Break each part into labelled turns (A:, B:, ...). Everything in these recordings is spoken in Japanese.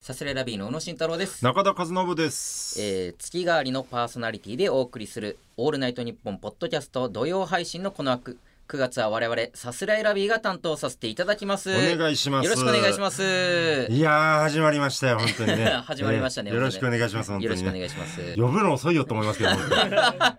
A: サスレラビーの小野慎太郎です、
B: 中田和信です、
A: えー、月替わりのパーソナリティでお送りする「オールナイトニッポン」ポッドキャスト土曜配信のこの枠9月は我々サスレラビーが担当させていただきます
B: お願いします
A: よろしくお願いします
B: いやー始まりましたよ本当にね
A: 始まりましたね
B: えーよろしくお願いします本
A: よ
B: 当
A: ろし
B: に
A: くお願
B: ね
A: いします
B: 呼ぶの遅いよと思いますけど本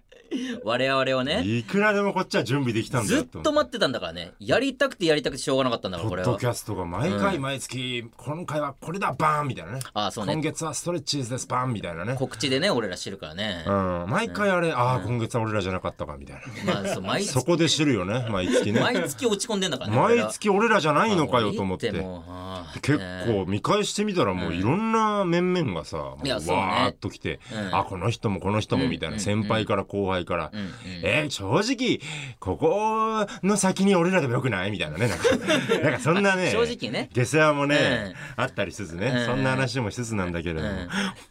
A: 我々を
B: 当
A: ね
B: にいくらでもこっちは準備できたんだ
A: ず
B: よ
A: っと待ってたんだからねやりたくてやりたくてしょうがなかったんだか
B: ポ
A: らこれ
B: ッド
A: は
B: キャストが毎回毎月、今回はこれだバーンみたいなね
A: あーそう
B: 今
A: ね
B: 月はストレッチーズですバーンみたいなね、
A: 告知でね俺ら知るからね
B: うん、毎回あれ、ああ今月は俺らじゃなかったかみたいな
A: まあそう毎
B: そ
A: 月
B: こで知るよね毎月ね
A: 毎月落ち込んでんだからね俺ら
B: 毎月俺らじゃないのかよと思って
A: もういいもうあー
B: 結
A: ね
B: 構見返してみたらもういろんな面々がさ、もう
A: いや
B: わ
A: そうね
B: ーっと来て、
A: うん
B: あこの人もこの人もみたいな、
A: うん
B: 先輩から後輩から、
A: うんうん
B: えー正直ここの先に俺らでもよくないみたいなねな んかなんかそんなね
A: 正直ね
B: 下世話もね、あったりしつつね、
A: うん
B: そんな話もしつつなんだけれども、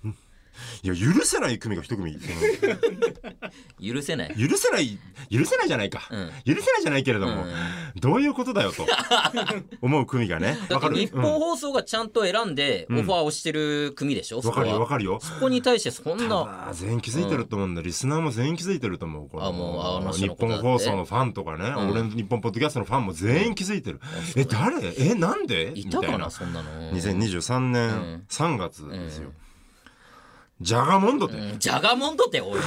A: う
B: いや許せない組が一組その
A: 許せない
B: 許せない許せないじゃないか、
A: うん
B: 許せないじゃないけれども、
A: うん
B: どういうことだよと思う組がね
A: だっ
B: わ
A: て
B: かる
A: 日本放送がちゃんと選んでオファーをしてる組でしょ、
B: うん
A: そ
B: わ
A: こ
B: か
A: は
B: るよわかるよ
A: そこに対してそんな
B: ああ全員気づいてると思うんだ、リスナーも全員気づいてると思うこ
A: あもうあの人
B: 日
A: のこと
B: 本
A: だって
B: 放送のファンとかね、
A: ん
B: 俺の日本ポッドキャストのファンも全員気づいてる、
A: そう
B: え誰えなんで
A: いた
B: み
A: か
B: いな
A: なそんなの
B: 2023年3月ですよ、ジャガモンドって、
A: うんジャガモンドっておい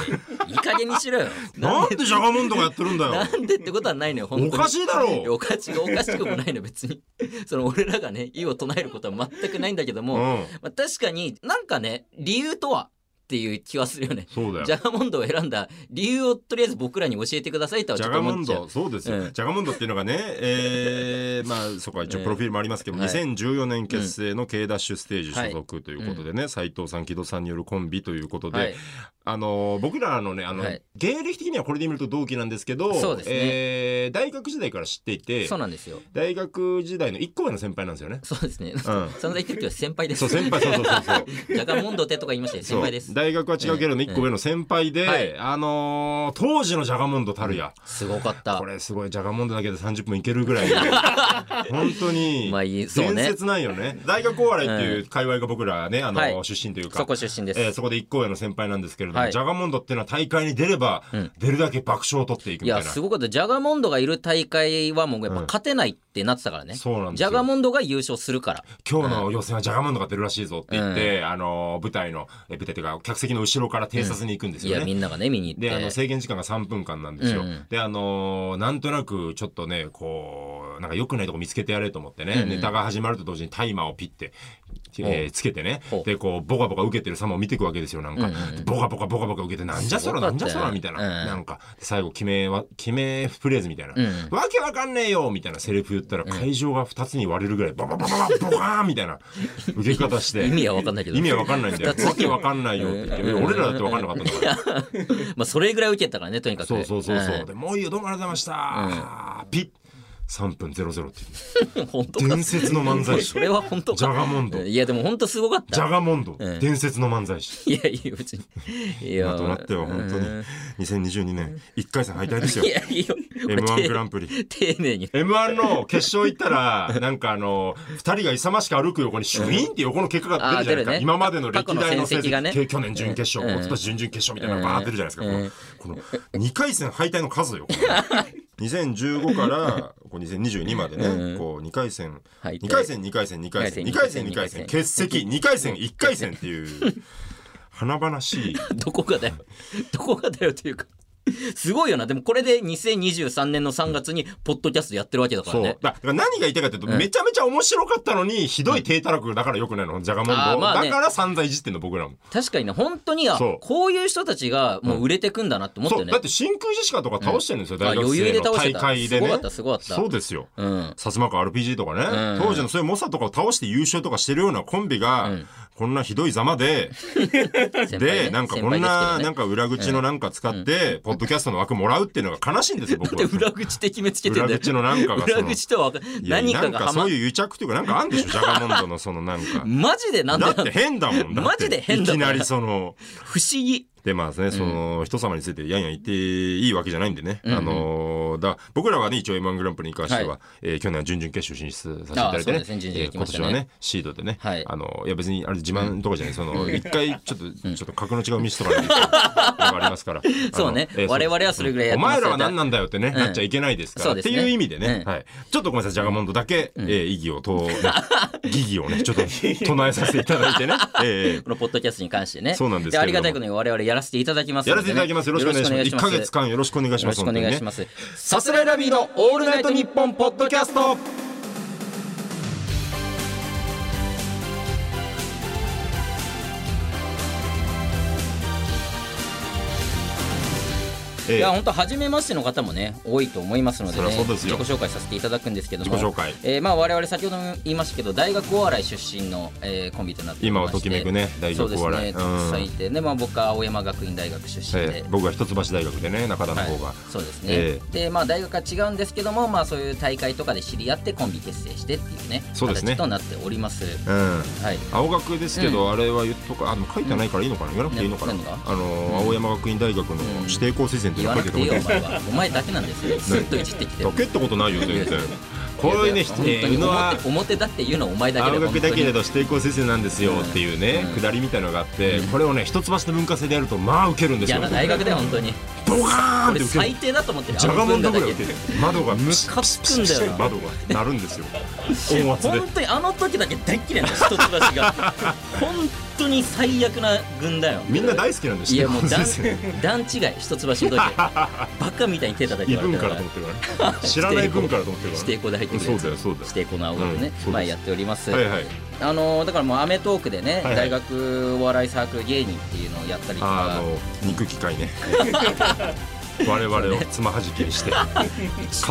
A: いい加減にしろよ
B: なんでジャガモンドがやってるんだよ
A: なんでってことはないのよ本当に
B: おかしいだろ
A: いやおかしくおかしくもないの別に その俺らがね意を唱えることは全くないんだけども、
B: うん
A: まあ、確かになんかね理由とはっていう気はするよね
B: そうだよ
A: ジャガモンドを選んだ理由をとりあえず僕らに教えてくださいとは
B: ジ
A: ちょっ
B: ャ
A: と
B: ガモ
A: 思
B: ン
A: っちゃう
B: ド、そうですよ。
A: うん
B: ジャガモンドっていうのが ね、えー、まあ、そこは一応
A: ええ
B: プロフィールもありますけど、
A: はい
B: 2014年結成の K ダッシュステージ所属ということでね、斉藤さん、木戸さんによるコンビということで、
A: はい
B: あのー僕らのね、あの、
A: はい
B: 芸歴的にはこれで見ると同期なんですけど、
A: そうですね
B: えー大学時代から知っていて
A: そ、うなんですよ
B: 大学時代の1個上の先輩なんですよね。
A: そうですね。
B: うん。
A: 散々言ってるけど先輩です。
B: そう、先輩、そうそうそうそう。
A: ジャガモンドってとか言いました よ。先輩です
B: そう。大学は違うけれども、
A: ええ
B: 1個上の先輩で、
A: はい
B: あのー当時のジャガモンドたるや。
A: すごかった
B: こ。れすごいジャガモンドだけで30分いけ るぐらい本当に
A: まあいいそうね
B: 伝説ないよね大学お笑いっていう界隈が僕らねあの、
A: はい
B: 出身というか
A: そこ出身です。
B: えーそこで一校への先輩なんですけれども、
A: はい
B: ジャガモンドっていうのは大会に出れば、
A: うん
B: 出るだけ爆笑を取っていく
A: い
B: みた
A: や
B: いな
A: すごかったジャガモンドがいる大会はもうやっぱ
B: うん
A: 勝てないってなってたからね、
B: そうなんです
A: ジ
B: よ
A: ャガモンドが優勝するから
B: 今日の予選はジャガモンドが出るらしいぞって言って、あの舞台のえ舞台というか客席の後ろから偵察に行くんです
A: い
B: よね、
A: やみんながね見に行って
B: であの制限時間が3分間なんですよ。
A: うんうん
B: であのーなんとなくちょっとねこうなんか良くないとこ見つけてやれと思ってね、
A: うん
B: ネタが始まると同時にタイマーをピッて、えーつけてね
A: ほう
B: でこうボカボカ受けてる様を見ていくわけですよなんか、
A: うんうん
B: でボカボカボカボカ受けてなんじゃそら
A: すごか
B: な
A: ったよ
B: んじゃそらみたいな、
A: うん
B: なんか最後決めは決めフレーズみたいな、
A: うん
B: わけわかんねえよみたいなセリフ言ったら会場が2つに割れるぐらいバババババボカーンみたいな受け方し て
A: 意味は分かんないけど
B: 意味はわかんないんだよ
A: 二つ
B: わけわかんないよって言って、
A: うん
B: 俺らだってわかんなかったんだから。
A: まあそれぐらい受けたからねとにかく
B: そうそうそうそう。
A: ん
B: でもういいよ、どうもありがとうございました。ピッ。3分00って いう。
A: 本当か
B: 伝説の漫才師。
A: そ
B: ジ
A: れは本当か
B: ャガモンド。
A: うん
B: ジ
A: いやでも本当すごかった
B: ャガモンド。
A: うん
B: 伝説の漫才師。
A: いやいや別にいや
B: まとまってよ、本当に
A: うん。
B: 2022年、1回戦敗退ですよ
A: い。やいいよ
B: M1 グランプリ。
A: 丁寧に
B: M1 の決勝行っ たら、なんかあの、二人が勇ましく歩く横にシュイーンって横の結果が出るじゃな
A: あー出る
B: いです
A: ね
B: か。今までの歴代の成
A: 過去の戦績がね
B: 績、去年準決勝、
A: うん
B: 一昨年準々決勝みたいなのがバーって出るじゃないですか。この、この2回戦敗退の数よ。こ れ2015からこう2022まで
A: う
B: ね、
A: ん
B: こう2回戦、
A: 敗退
B: 2回戦、2回戦、2回戦、2回戦、2回戦、欠席、2回戦、1回戦っていう、華 々しい。
A: どこがだよ。どこがだよというか。すごいよな。でもこれで2023年の3月に、ポッドキャストやってるわけだか
B: そ
A: ら
B: う。
A: ね
B: だ。だから何が言いたいかというと、めちゃめちゃ面白かったのに、ひどい低たらくだからよくないの、ジャガモン
A: あー
B: ド。
A: まあね
B: だから散々いじってんの、僕らも。
A: 確かにね、本当に、あ
B: そう
A: こういう人たちがもう売れてくんだなって思った
B: そ
A: よ
B: う、
A: ね。
B: だって真空ジェシカとか倒してるんですよ、
A: あ
B: 大学
A: 余裕で
B: 生の
A: 倒して
B: 大
A: た。
B: 会です
A: ごか
B: ね
A: った、。すごかった。
B: そうですよ。
A: うん。
B: 薩摩川 RPG とかね、
A: うん
B: 当時のそういう猛者とかを倒して優勝とかしてるようなコンビが、
A: ん
B: こんなひどいざまで、
A: 先輩ね
B: で、なんかこん
A: 先
B: な、
A: 輩ですけどね
B: なんか裏口のなんか使って、ポッドキャストの枠もらうっていうのが悲しい んですよ、僕
A: で
B: は。
A: 裏口って決めつけてんだよ。
B: 裏口のなんかがその
A: 裏口とは分かん
B: いや
A: 何かが
B: なん
A: は
B: か
A: ま
B: そういう癒着というか、なんかあんでしょ、ジャガモンドのそのなんか。
A: マジでなんで
B: だ
A: なんだ
B: って変だもんだって
A: マジで変だ
B: い
A: か
B: き
A: ら
B: なりその
A: 不思議。
B: でまあね、その人様についてやんやん言っていいわけじゃないんでね、
A: うんうん
B: あのーだ僕らはね一応 m 1グランプリに関しては、
A: はい
B: えー去年は準々決勝進出させていただいて
A: あーそう
B: ね
A: ですね準々
B: え
A: 行
B: ー
A: きました
B: 今年
A: ね
B: はねシードでね、
A: はい
B: あのいや別にあれ自慢とかじゃない、その一回ちょっと、ちょっと格の違うミスとかにありますから
A: そうね
B: あのえー
A: 我々はそれぐらいやっ
B: お
A: てます
B: 前
A: よ
B: らは何なんだよってね、なっちゃいけないですか
A: そ
B: ら
A: うで
B: っ
A: す
B: て
A: ね
B: いう意味でね、
A: う
B: はい、ちょっとごめんなさいジャガモンドだけ、えー意義をと、ね、 疑義をねちょっと唱えさせていただいてね、えー
A: このポッドキャストに関してね。
B: そうなんですけれども
A: ありがたいことに我々やらせていただきます
B: や
A: の
B: ら
A: で
B: せ
A: ね、
B: ていただきます。よろしくお願いします。一ヶ月間よろしくお願いし
A: よろ
B: ま
A: し
B: す。。
A: くお願いしますす。
B: さすらいラビーのオールナイトニッポンポッドキャスト。ええ
A: いや本当初めましての方もね多いと思いますので,、
B: そ
A: ね、
B: りゃそうですよ
A: 自己紹介させていただくんですけども
B: 自己紹介
A: えーまあ、我々先ほども言いましたけど大学お笑い出身の、えーコンビとなっており
B: 今
A: ま
B: は
A: して
B: ときめくね大学お笑い
A: そうですね
B: う
A: たく
B: ん
A: さんいて、でまあ、僕は青山学院大学出身で、
B: えー僕は一橋大学でね、中田の方
A: は
B: が
A: い。そうですね、
B: え
A: でまあ大学は違うんですけども、まあ、そういう大会とかで知り合ってコンビ結成してっていうね
B: そうですね
A: 形となっております
B: うん。
A: はい
B: 青学ですけど、あれは言っとか、あの書いてないからいいのかな、言わなくていいのかな。
A: ね何が
B: あのー青山学院大学の指定校推薦っ
A: 言
B: て書
A: わ
B: い
A: な
B: て
A: く
B: る
A: て
B: と
A: いい
B: こ
A: よお
B: で。
A: 前はお前だけなんですよずっといじってきて
B: 溶けったことないよ全然。 これね、え
A: 本当に
B: ー宇野は
A: 表表だって言うのお前だけだ
B: 青
A: よ
B: 学だけれど
A: 本
B: 指定校先生なんですよっていうね、
A: うん
B: 下りみたいのがあって、これをね一橋の文化祭でやるとまあウケるん
A: 当に
B: ですよ
A: 嫌な大学だよ本当に
B: ドカーン
A: 俺
B: ってウケる
A: 最低だと思ってる
B: じゃがもんだぐ
A: あ
B: らい
A: の
B: ウケ
A: 文
B: る
A: 化
B: 窓がむ
A: カつくんだよな
B: 窓が鳴るんですよ音圧で
A: 本当にあの時だけ大っ嫌いな一橋が本当に最悪な軍だよ
B: みんな大好きなんです
A: い
B: よ
A: やもう段
B: 先生
A: 段違い一橋の 時バカみたいに手叩い
B: 異
A: て
B: 文
A: た
B: 化だと思ってるからね知らない文化だと思ってる
A: 指定
B: からね
A: 校で入ってくる
B: そう
A: やつ
B: だよそうだよ
A: 指定校の青学
B: うん
A: ね
B: そうです
A: 前やっております
B: はいはい
A: あのーだからもう『アメトーク』でね
B: はいはい
A: 大学お笑いサークル芸人っていうのをやったりと
B: あ
A: か
B: の肉機械ね我々をつまはじきにして
A: 一番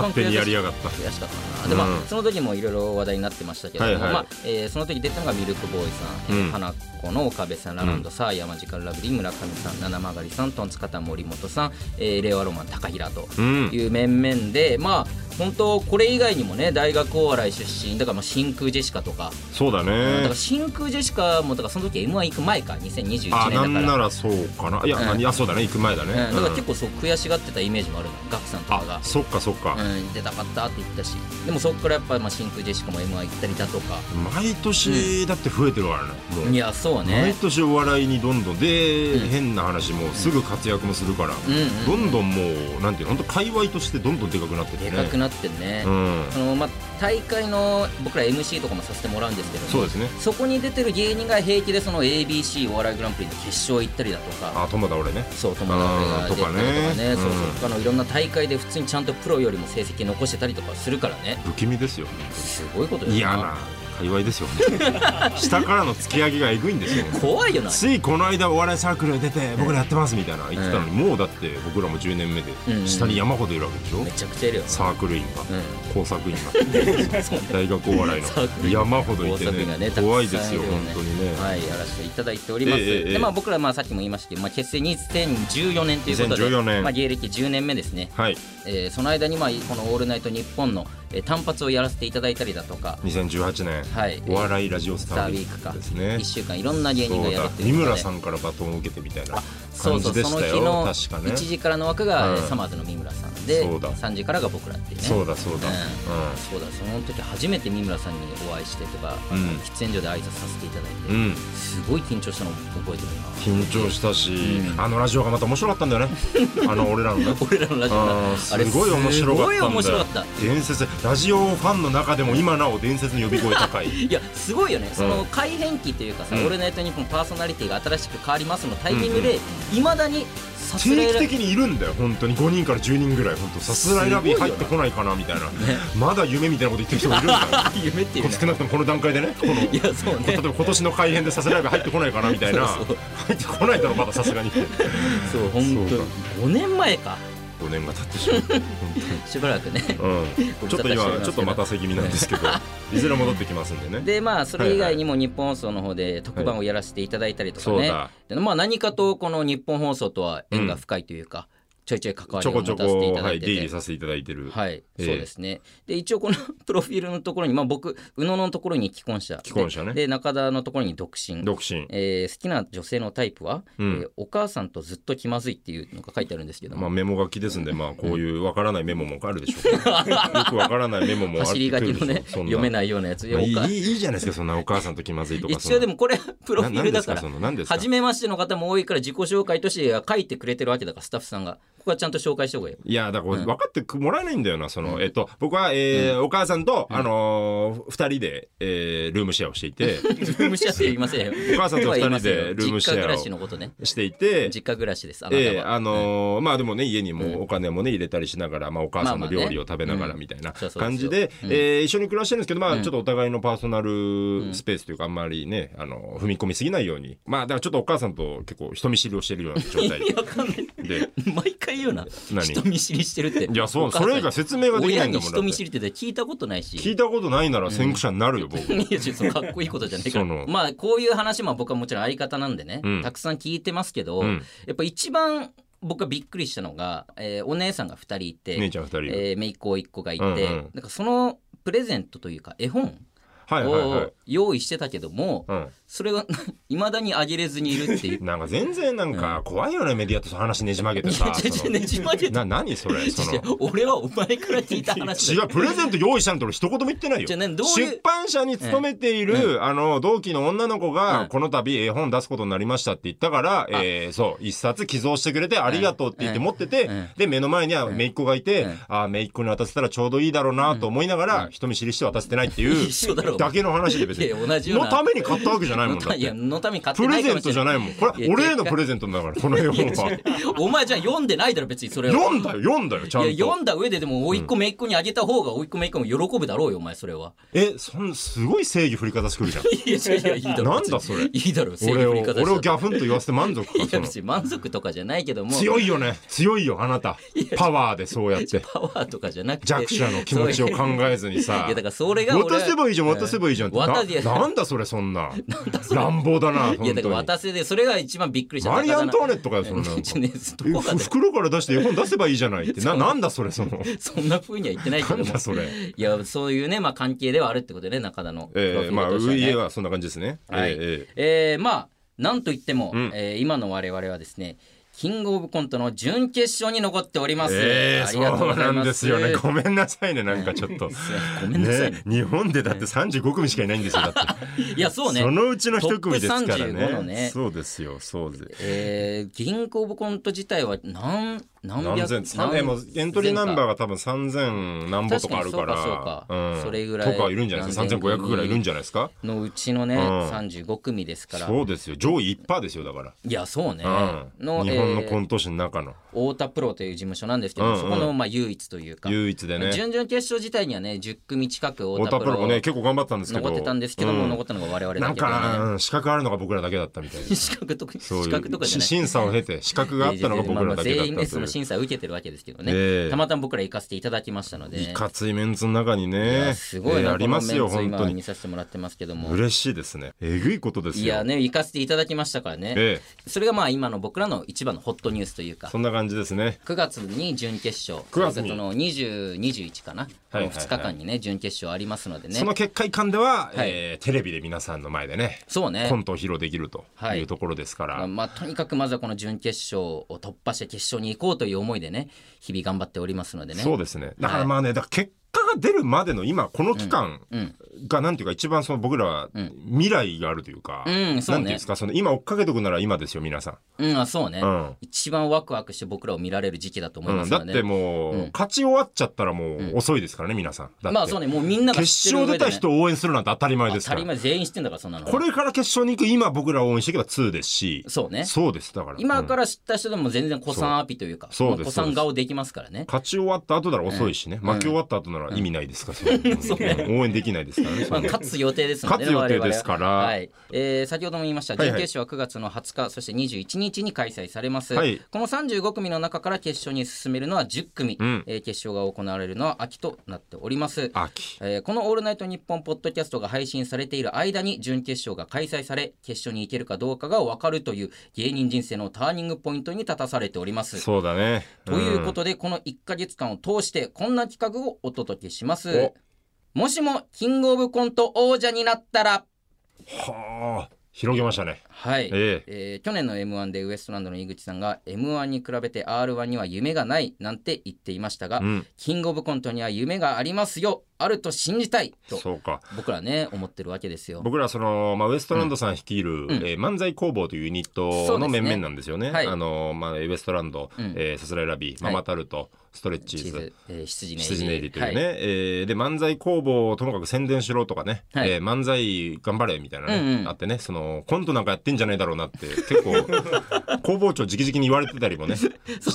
B: 勝手にやりやがった
A: 悔しかったなで、まあ
B: うん
A: その時もいろいろ話題になってましたけども、
B: はいはい
A: まあえーその時出たのがミルクボーイさん、
B: うん
A: 花子の岡部さんラランドさん、山地からラブリー村上さん七曲さんトンツカタン森本さん、えー、令和ロマン高平と
B: うん
A: いう面々で、まあ本当これ以外にもね大学お笑い出身だからまあ真空ジェシカとか、
B: そうだ
A: だか
B: ね
A: ら真空ジェシカもだからその時 m 1行く前か2021
B: あな
A: 年
B: ん
A: だか
B: な
A: ら。
B: らそうかないや、
A: うん
B: あいやそうだね行く前だね、
A: うん、だから
B: うん
A: 結構そう悔しがってたイメージもあるのガクさんとかが
B: あそっかそっか、
A: うん、出たかったって言ったしでもそこからやっぱ、まあ、真空ジェシカも m 1行ったりだとか
B: 毎年だって増えてるからね、もう
A: いやそう
B: 毎
A: ね
B: 年お笑いにどんどんで、
A: うん
B: 変な話もうすぐ活躍もするから、
A: うんうん
B: どんどんもうなんていうの本当界隈としてどんどんでかくなってて
A: でか
B: ね
A: くなってんね、
B: うん
A: あのまあ、大会の僕ら MC とかもさせてもらうんですけども
B: そうですね
A: そこに出てる芸人が平気でその ABC お笑いグランプリの決勝行ったりだとか
B: あ友田俺ね
A: そう友達が出たりとか
B: あーとか
A: ね
B: ね
A: そう
B: うん
A: そう他のいろんな大会で普通にちゃんとプロよりも成績残してたりとかするからね
B: 不気味ですよ
A: すごいことよ
B: 嫌な界隈ですよ下からの突き上げがえぐいんですよ
A: 怖いよな
B: ついこの間お笑いサークルに出て僕らやってますみたいな言ってたのに、もうだって僕らも10年目
A: うんうん
B: で下に山ほどいるわけでしょ、
A: めちゃくちゃいるよ
B: サークル員が、
A: う
B: 工作員が
A: そうね
B: 大学お笑い
A: サークル
B: の山ほどい
A: 工
B: て
A: 作
B: ね
A: がね、
B: 怖いですよ
A: たく
B: 本
A: さん
B: 当
A: いる
B: にね、
A: はい、やらせていただいております。
B: ええええ
A: で、まあ、僕ら、まあ、さっきも言いましたけど、まあ、結成2014年ということで。
B: 2014年
A: まあ、芸歴10年目ですね。
B: はい、
A: えーその間に、まあ、このオールナイト日本の、えー単発をやらせていただいたりだとか。
B: 2018年、
A: はい
B: お笑いラジオス
A: スタ
B: ター
A: ーウ
B: ウ
A: ィ
B: ィ
A: ー
B: ー
A: ク
B: ク
A: か、
B: ですね
A: 一週間いろんな芸人が
B: そう
A: や
B: だ
A: るっていうこ
B: 三
A: と
B: 村
A: で
B: さんからバトンを受けてみたいな
A: そう
B: 感
A: そ
B: じ
A: う
B: で
A: その
B: したよ
A: 日の
B: 確かね
A: 1時からの枠が、
B: うん
A: サマーズの三村さんで
B: そうだ
A: 3時からが僕らっていうね
B: そうだそうだ、
A: うん
B: うん
A: そうだその時初めて三村さんにお会いしてとか、
B: うん
A: 喫煙所で挨拶させていただいて、
B: うん、
A: すごい緊張したの覚えてるな
B: 緊張したし、
A: うん
B: あのラジオがまた面白かったんだよ ねあの俺らのね
A: 俺らのラジオ
B: あ
A: な
B: ーすごい面白かったん
A: す
B: だよ
A: ごい面白かった
B: 伝説ラジオファンの中でも今なお伝説の呼び声高い
A: いやすごいよねその
B: うん
A: 改変期というかさ「
B: うん
A: オールナイトニッポン」パーソナリティが新しく変わりますのタイミングでいまだにさすら
B: 定
A: い
B: 期
A: ラ
B: 的にいるんだよ本当に5人から10人ぐらい本当さすらいラビー入ってこないかなみたいな、まだ夢みたいなこと言って る人もいるんだよ
A: 夢っていう
B: こ
A: ね
B: 少なくともこの段階でねこの
A: いやそう
B: 例え
A: ね
B: ば今年の改編でさすらいラビー入ってこないかなみたいな
A: そうそう
B: 入ってこないだろまださすがに5
A: そう本当
B: そうだ
A: 5年前か
B: 年が経ってしまう 本当に
A: しばらくね
B: うんちょっと今ちょっと待たせ気味なんですけどいずれ戻ってきますんでね
A: でまあそれ以外にも日本放送の方で特番をやらせていただいたりとかね、
B: はいそうだ
A: でまあ何かとこの日本放送とは縁が深いというか、ちょいちょい関わ
B: ち
A: り
B: ょ
A: を
B: こ
A: 持
B: ちょ
A: たせてい
B: こ、
A: ただ
B: はいい、
A: て
B: 出入
A: て
B: り。させていただいてる。
A: はい、
B: ええ
A: そうですね。で、一応この プロフィールのところに、まあ、僕、宇野のところに既婚者。
B: 既婚者ね
A: で、で中田のところに独身。
B: 独身。
A: えー好きな女性のタイプは、
B: うん
A: えーお母さんとずっと気まずいっていうのが書いてあるんですけども、
B: まあメモ書きですんで、まあこういうわからないメモもあるでしょ う、ね。よくわからないメモもある
A: 走り書きのね、読め
B: い。
A: ないようなやつ。
B: まあいい
A: おか
B: いいいいじゃないですか、そんなお母さんと気まずいとか。
A: 一応で
B: も、
A: もこれ、プロフィールだから
B: な。なんですか、そ
A: 初
B: の、なんですか。
A: めましての方も多いから自己紹介として書いてくれてるわけだからスタッフさんがここはちゃんと紹介した方がいいよ
B: いや、だからこれ分かってくもらえないんだよな、その、えっと、僕は、えーお母さんと、あのー、二人で、えールームシェアをして いて、
A: ルームシェアって言いませんよ
B: お母さんと二
A: 言
B: 人で
A: いませんよ
B: ルームシェ
A: 実
B: アを
A: 家暮らしのことね
B: していて、
A: 実家暮らしですあなたは、
B: ええあのーまあでもね家にもお金もね入れたりしながら、まあ、お母さん
A: まあまあ
B: の
A: ね
B: 料理を食べながら
A: うん
B: みたいな
A: そうそうですよ
B: 感じで、
A: うん
B: えー一緒に暮らしてるんですけど、まあ、ちょっとお互いのパーソナルスペースというかあんまりねあの踏み込みすぎないようにまあだからちょっとお母さんと結構人見知りをしてるような状 態
A: いやわかんない
B: で
A: 毎回言うな
B: 何
A: 人見知りしてるって
B: いやそ
A: お
B: う
A: 母
B: そ
A: さん
B: れ以外説明ができな
A: 親
B: いんだ
A: に
B: もん
A: 人見知
B: だって
A: りって聞いたことないし
B: 聞いたことないなら先駆者になるよ、 僕
A: いやちょっとかっこいいことじゃないから
B: その
A: まあこういう話も僕はもちろん相方なんでね、
B: うん
A: たくさん聞いてますけど、
B: うん
A: やっぱ一番僕がびっくりしたのが、えーお姉さんが2人いて、
B: 姉ちゃん二人、
A: えー、姪っ子甥っ子がいて、
B: うんうん
A: なんかそのプレゼントというか絵本
B: はいはいはい
A: を、用意してたけども、
B: う
A: それが いまだにあげれずにいるって いう。
B: ん、なんか全然なんか怖いよね、メディアとその話ねじ曲げて
A: いや
B: さ
A: ちょちょ
B: そ
A: ねじ曲げて
B: のな何それそ
A: 違
B: の
A: う俺はお前から聞いた話
B: 違
A: だ
B: うプレゼント用意したのと俺一言も言ってないよ
A: じゃあねどういう
B: 出版社に勤めている、あの同期の女の子が、
A: うん
B: この度絵本出すことになりましたって言ったから、えーそう一冊寄贈してくれてありがとうって言って
A: うん
B: 持ってて、
A: うん
B: で目の前には姪っ子がいて、
A: うん
B: ああ姪っ子に渡せたらちょうどいいだろうなと思いながら、人見知りして渡せてないっていう
A: 一緒だろ
B: だけの話で別
A: い
B: に
A: や同じような
B: のために買ったわけじゃないもんだっ
A: いや
B: て
A: のために買って
B: プ
A: な
B: レ
A: いか
B: ゼ
A: も
B: ン
A: し
B: ト
A: れ
B: じゃ
A: ない
B: ないもんこれは俺へのプレゼントだからこの絵本は
A: お前じゃあ読んでないだろ別にそれを
B: 読んだよ読んだよちゃんと
A: いや読んだ上ででも甥っ子姪っ子にあげた方が甥っ子姪っ子も喜ぶだろうよお前それ は
B: えそんすごい正義振り方してくるじゃん
A: いやいやいやいいだろ
B: なんだ
A: 別に
B: それ
A: いいだろ正義
B: 俺
A: 振
B: を
A: り方した
B: 俺をギャフンと言わせて満足か
A: い
B: そ
A: や
B: の
A: 別に満足とかじゃないけども
B: 強いよね強いよあなたパワーでそうやって
A: パワーとかじゃなくて
B: 弱者の気 持ちを考えずに
A: い
B: さ
A: やだからそれが俺は
B: 渡せばいいじゃん渡せばいいじゃんって
A: うん
B: な
A: 渡せ
B: なんだそれそ んな乱暴だない
A: やだから
B: 本当に
A: 渡せでそれが一番びっくりした
B: マリーアントワネ
A: ッ
B: ットかよそん なの
A: どこか
B: えふ
A: で
B: 袋から出して絵本出せばいいじゃないってななんだそれ その
A: そんな風には言ってないけ
B: な
A: ど
B: ん
A: も
B: だそれ
A: いやそういうねまあ関係ではあるってことでね中田のプロフィ
B: えー
A: ー
B: まあ
A: ルとしてはね
B: 家はそんな感じですね
A: はい
B: えーえー
A: えーまあなんといっても、
B: うん
A: えー今の我々はですねキングオブコントの準決勝に残っております、
B: え
A: あ
B: ー
A: りがとう
B: そ
A: ご
B: う
A: ざい
B: なん
A: ま
B: ですすよ ねごめんなさいねなんかちょっと
A: ごめんなさいね
B: ね日本でだって35組しかいないんですよだって
A: いやそうね
B: そのうちの一組ですか
A: ト
B: ら
A: ップ35の
B: ね。
A: ね
B: そうですよ、そうです。
A: えー、キングオブコント自体は何何百
B: 何千、三えもうエントリーナンバー
A: ー
B: が多分三千何本とかあるか
A: 確
B: ら、
A: かにそうかそうか
B: ん
A: それぐらい
B: とかいるんじゃないですか。
A: 何千
B: 三千
A: 組
B: 五百ぐらいいるんじゃないですか。
A: のうちのね、
B: うん
A: 35組ですから
B: そうですよ、上位一パーですよだか
A: いやそうね、
B: ら。う
A: の
B: ん。日本のコント師の中の
A: えー太田プロという事務所なんですけど、
B: うんうん
A: そこのまあ唯一というか
B: 唯一でね。
A: 準々決勝自体にはね10組近く
B: 太
A: 太
B: 田
A: 田
B: プ
A: プ
B: ロも
A: ロ
B: ね結構頑張ったんですけど。
A: 残ってたんですけども、
B: うん
A: 残ったのが我々だ
B: なん
A: けで、ね、
B: かうん資格あるのが僕らだけだったみ たいです。
A: 資格とか
B: そう
A: 資
B: い
A: 格と
B: う
A: かじゃ
B: し
A: ない
B: 審査を経て資格があったのが僕ら だけ
A: 全
B: だっ
A: 員
B: た
A: ね
B: と
A: そ
B: い
A: の
B: う。
A: 審査を受けてるわけですけどね、
B: ええ
A: たまたま僕ら行かせていただきましたので
B: いかついメンツの中に
A: いや
B: ね。
A: すごいな、
B: えーありますよ
A: このメンツ
B: 本当
A: 今
B: に
A: 見。させてもらってますけども
B: 嬉しいですね。えぐいことですよ。
A: いやね行かせていただきましたからね、
B: え
A: それがまあ今の僕らの一番のホットニュースというか
B: え、そんな感じですね。
A: 9月に準決勝
B: 9月に
A: の2021かな、
B: はいはいはい
A: 2日間にね準決勝ありますのでね
B: その結果いかんでは、
A: はい
B: えーテレビで皆さんの前でね、
A: そうね
B: コントを披露できると
A: はいいう
B: ところですから、
A: まあまあ、とにかくまずはこの準決勝を突破して決勝に行こうという思いでね日々頑張っておりますのでね
B: そうですね。だからまあね、だから結果が出るまでの今この期間
A: うん
B: がなんていうか一番その僕らは未来があるというか、
A: うん
B: なんて
A: そう
B: い
A: ね
B: うんですかその今追っかけとくなら今ですよ皆さ
A: うんあそうね、
B: うん
A: 一番ワクワクして僕らを見られる時期だと
B: ん。
A: 思いま
B: うん、
A: す
B: だ
A: の
B: っ
A: で、
B: てもう、勝ち終わっちゃったらもう遅いですからね皆さん。だって
A: まあそうねもうみんなが知っ
B: 決
A: てる上
B: 勝出
A: で、
B: た
A: ね、
B: 人を応援するなんて当たり前です
A: 当たり
B: から。
A: 前全員知ってんだからそんなの
B: これから決勝に行く今僕らを応援していけば2ですし。
A: そうね
B: そうです。だから。
A: 今から知った人でも全然子さんアピというか
B: そうそうです
A: 子さん顔できますからね
B: 勝ち終わった後なら遅いしね、負け終わった後なら意味ないですか、それ 応援できないですからねそ
A: まあ、
B: れね
A: 勝つ予定ですので、ね、
B: 勝つ予定ですか
A: 我
B: ら
A: 々ははいえー先ほども言いました、
B: はいはい
A: 準決勝は9月の20日、そして21日に開催されます、
B: はい
A: この35組の中から決勝に進めるのは10組、
B: うん
A: えー決勝が行われるのは秋となっております。
B: 秋
A: えーこの「オールナイトニッポン」ポッドキャストが配信されている間に準決勝が開催され決勝に行けるかどうかが分かるという芸人人生のターニングポイントに立たされております。
B: そうだね
A: というこ
B: ん
A: とで、この1ヶ月間を通してこんな企画をお届けします
B: お。
A: もしもキングオブコント王者になったら
B: はあ広げましたね
A: はい、
B: え
A: えー去年の m 1でウエストランドの井口さんが m 1に比べて r 1には夢がないなんて言っていましたが、
B: うん
A: キングオブコントには夢がありますよあると信じたいと
B: そうか
A: 僕らね思ってるわけですよ。
B: 僕らその、まあ、ウエストランドさん率いる、えー漫才工房というユニッ
A: そ
B: ト
A: うで
B: の
A: すね
B: 面々なんですよね。
A: はい
B: あのまあ、ウエストランド、
A: うん
B: えーさすらいラビー、ママタルト、ストレッチ
A: チ
B: ー
A: ー
B: ズ
A: ズ、えー羊ネイリ
B: 羊ネイリというね、
A: は
B: えーで漫才工房をともかく宣伝しろとかね、
A: はい
B: えー漫才頑張れみたいなね、
A: うんうん
B: あってねそのコントなんかやってんじゃないだろうなって 結構工房長直々に言われてたりもね
A: そう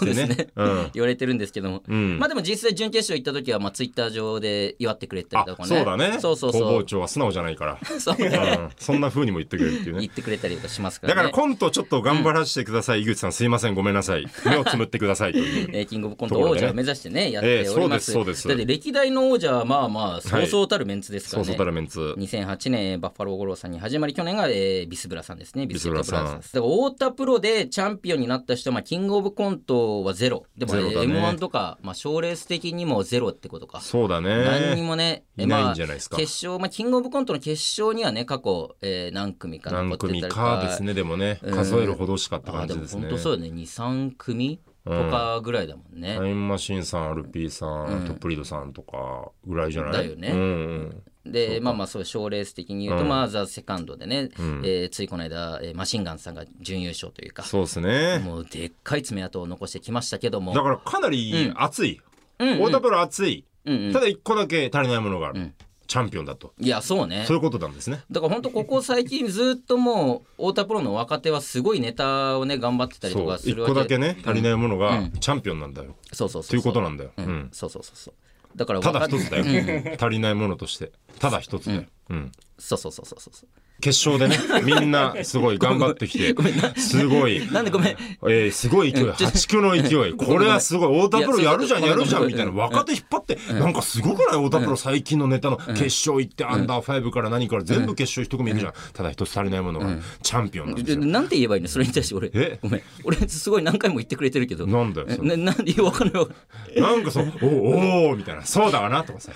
A: ですね
B: してねうん
A: 言われてるんですけども、
B: うん
A: まあでも実際準決勝行った時はまあツイッター上で祝ってくれたりと
B: あ
A: かね
B: そうだね
A: そうそう
B: 工
A: そ
B: 房
A: う
B: 長は素直じゃ な いから、
A: そうね
B: うんそんな風にも言ってくれるっていうね
A: 言ってくれたりとかしますか
B: だ
A: ら
B: か
A: ね
B: らコントちょっと頑張らせてください、井口さんすいませんごめんなさい目をつむってくださいという
A: えーキングオブコント王者を目指してね、やっております。
B: ええそうですそうです
A: だって歴代の王者はまあまあ、そうそうたるメンツですか
B: そ
A: ら
B: う
A: ね。
B: そうたるメンツ
A: 2008年、バッファロー五郎さんに始まり、去年が、えービスブラさんですね。ビスブラさん。
B: ビ
A: だ
B: スブ
A: か
B: ラ
A: ら、太田プロでチャンピオンになった人は、まあ、キングオブコントはゼロ。でも、
B: ゼロだね
A: M1 とか、まあ、賞レース的にもゼロってことか。
B: そうだ
A: 何に
B: ね
A: もね、え
B: いないんじゃないです
A: ま
B: か
A: あ、決勝、まあ、キングオブコントの決勝にはね、過去、えー何組か残
B: 何
A: ってたり
B: 組
A: と
B: かですねでもね数えるほどしかった
A: あー
B: 感
A: で
B: じ
A: も
B: ですね
A: 本当そうよね。2、3組とかぐらいだもんね。
B: タイムマシーンさん RP さん、トップリードさんとかぐらいじゃない
A: だよね
B: うんうん、
A: でまあまあそう賞レース的に言うと、
B: うん
A: まあザ・セカンドでね、えーついこの間、えーマシンガンさんが準優勝というか
B: そうですね
A: もうでっかい爪痕を残してきましたけども
B: だからかなり熱い、太田プロ熱い、
A: うんうん
B: ただ一個だけ足りないものがある、
A: ん
B: チャンピオンだと
A: いやそうね
B: そういうことなんですね
A: だから本当ここ最近ずっともう太田プロの若手はすごいネタをね頑張ってたり
B: そ
A: と
B: う
A: かす
B: 一
A: るわけ
B: 個だけね足りないもの
A: う
B: が
A: ん
B: チャンピオンなんだよ、
A: そうそうそう
B: ということなん
A: だ
B: だよ、
A: う
B: うんん
A: そうそうそうそうだから
B: ただ
A: 若手
B: 一つだよ足りないものとしてただ一つだよ、うん
A: そうそうそうそうそう
B: 決勝でねみんなすごい頑張ってき てすごい、
A: なんでごめん
B: えーすごい勢い破竹の勢いこれはすごい太田プロやるじゃ
A: い
B: ん
A: や
B: や
A: そう
B: るじゃん
A: ごめん
B: みたいな
A: ごめん
B: 若手引っ張ってなんかすごくない太田プロ最近のネタの決勝行ってアンダーファイブから何から全部決勝一組いるじゃんただ一つ足りないものがチャンピオンなんです
A: で
B: よ
A: なんて言えばいいのそれに対して俺
B: え
A: ごめん俺すごい何回も言ってくれてるけど
B: なんだよそれ
A: ななんでいやわかんないわかんない
B: なんかそう、おおおみたいな、そうだわなと かさ、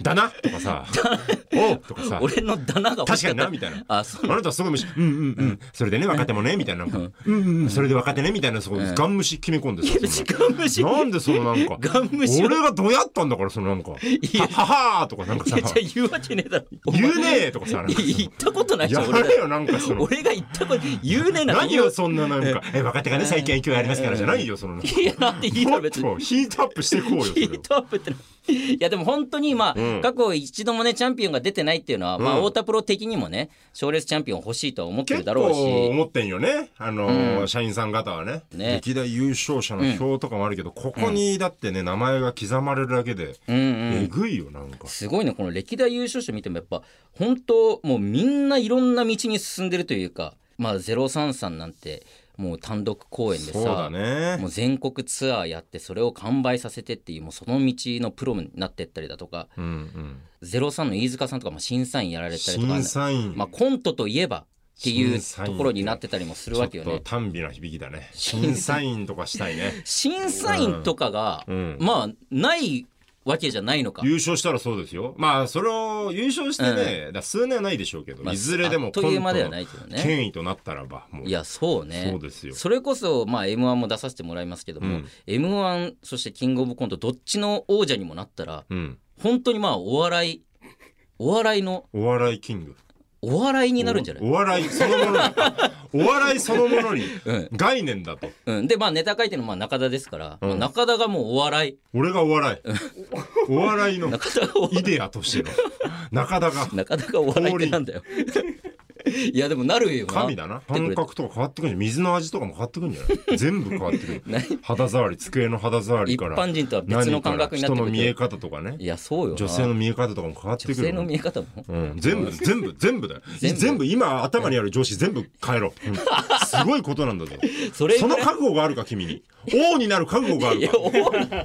B: だなとかさ、おうとかさ、
A: 俺のダナが欲し
B: 確
A: か
B: か
A: っ
B: に
A: た
B: なみたいな。
A: あそう
B: あなたはすごい虫、うんうんうん、それでね、若手もね、みたいな、うんうんうん、それで若手ね、みたいな、そこ、ガン虫決め込んでさ、そ
A: 時
B: の
A: 間虫
B: なんでそのなんか
A: ガン無視、
B: 俺がどうやったんだから、そのなんか、はははーとかなんか
A: い
B: さ
A: や、じゃあ言うわけねえだろお前
B: 言うねえとかさ、なんかさ
A: いや言ったことないじゃん
B: や
A: 俺
B: れ
A: が
B: よ、なんかその、
A: 俺が言ったこと言うねえなんて
B: 何
A: 言う
B: よ、そんななんか、え、若手がね、最近勢いありますからじゃないよ、その、なんか
A: いやなんて言いだ
B: も
A: ろ
B: っ
A: 別に
B: とヒートアップしていこうよ、そ
A: ヒ
B: れを
A: ートアップってないやでも本当にまあ、
B: うん
A: 過去一度もねチャンピオンが出てないっていうのは、まあ
B: うん
A: 太田プロ的にもね賞レースチャンピオン欲しいとは思ってる
B: 結
A: だろう
B: 構
A: し
B: 思ってんよね、あのー社員さん方はね
A: ね
B: 歴代優勝者の表とかもあるけど、ここにだってね名前が刻まれるだけで、
A: うんうん
B: えぐいよなんか
A: すごいねこの歴代優勝者見てもやっぱ本当もうみんないろんな道に進んでるというかまあ033なんてもう単独公演で
B: そう
A: さ
B: だね
A: もう全国ツアーやってそれを完売させてっていうもうその道のプロになってったりだとか
B: うんうん
A: 03の飯塚さんとかも審査員やられたりとか、
B: 審査員、
A: まあ、コントといえばっていう
B: 審査員
A: ところになってたりもするわけ
B: ちょ
A: よ
B: っと
A: ね。
B: 短美な響きだね審査員とかしたいね
A: 審査員とかが、
B: うん
A: まあないわけじゃないのか。
B: 優勝したらそうですよまあそれを優勝してね、だから数年はないでしょうけど、
A: まあ
B: いずれで
A: あ
B: も
A: っという間ではないけどね
B: 権威となったらばもう
A: いやそうね
B: そうですよ
A: それこそ、まあ、m 1も出させてもらいますけども、
B: うん
A: m 1そしてキングオブコントどっちの王者にもなったら
B: うん
A: 本当にまあお笑いお笑いの
B: お笑いキング
A: お笑いになるんじゃない
B: おお笑いそのも のにお笑いそのものに
A: うん
B: 概念だと、
A: うん、でまあネタ書いてるのはまあ中田ですから、まあ中田がもうお笑い
B: 俺がお笑い。お笑いの
A: 中田がお
B: イデアとしての。中田が。
A: 中田がお笑いってなんだよいやでもなるよな
B: 神だな感覚とか変わってくるんじゃん水の味とかも変わってくるんじゃない全部変わってく る肌触り机の肌触り
A: 一
B: から
A: 般人とは別の感覚になって
B: 何から人
A: く
B: の見え
A: る
B: 方とかね
A: いやそうよな
B: 女性の見え方とかも変わってく
A: 女
B: る
A: 性の見え方も
B: うん、全部全部全部だよ
A: 全
B: 全
A: 部
B: 部今頭にある上司全部変えろ、うんすごいことなんだぞ
A: それ
B: そ
A: ぐ
B: の
A: らい
B: 覚悟があるか君に王になる覚悟があ
A: い
B: る
A: や
B: か
A: 王に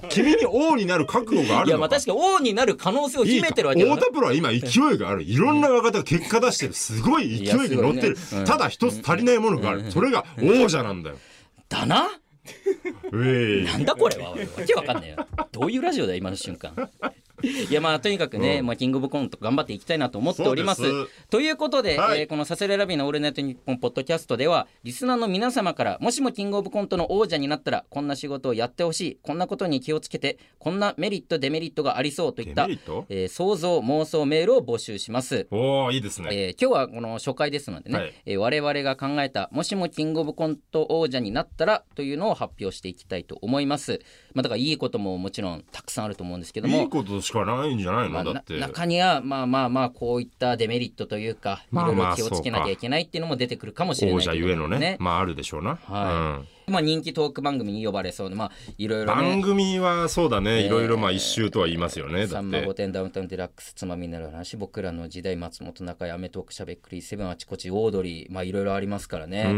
B: 君に王になる覚悟があ
A: い
B: る
A: やま
B: の
A: あ
B: か
A: 確かに王になる可能性を秘めてるわけ
B: いい
A: だな
B: か太田プロは今勢いがあるいろんな方が結果出してるすごい勢いに乗って
A: いや
B: る、
A: すごいねうん
B: ただ一つ足りないものがある、それが王者なんだよ、
A: だな
B: うえい
A: なんだこれはおいわけわかんないよどういうラジオだよ今の瞬間いやまあとにかくね、
B: うん
A: まあ、キングオブコント頑張っていきたいなと思っております
B: そうです
A: ということで、
B: はい
A: えーこの「サセレラビーのオールナイトニッポン」ポッドキャストではリスナーの皆様からもしもキングオブコントの王者になったらこんな仕事をやってほしいこんなことに気をつけてこんなメリットデメリットがありそうといっ
B: デ
A: た
B: メリッ、ト
A: えー想像妄想メールを募集します
B: おおいいですね、
A: えー今日はこの初回ですのでね、
B: はい
A: えー我々が考えたもしもキングオブコント王者になったらというのを発表していきたいと思います。まあ、だからいいことももちろんたくさんあると思うんですけども。
B: いいことしかないんじゃないの、
A: まあ
B: だ
A: な
B: って
A: 中にはまあまあまあこういったデメリットというかい
B: まあ
A: ろい
B: ま
A: ろ
B: あ
A: 気をつけなきゃいけないっていうのも出てくるかもしれない
B: 王者ゆえ
A: とい
B: のね
A: うことで
B: まああるでしょうな、
A: は
B: うん
A: まあ、人気トーク番組に呼ばれそうでまあいろいろ
B: 番
A: ね
B: 組はそうだね、
A: えー
B: いろいろまあ一周とは言いますよねだ
A: さ
B: っ
A: んま御
B: て
A: 殿ダウンタウンデラックスつまみになる話僕らの時代松本中居アメトークしゃべっくりセブンあちこちオードリーまあいろいろありますからね、
B: うんうん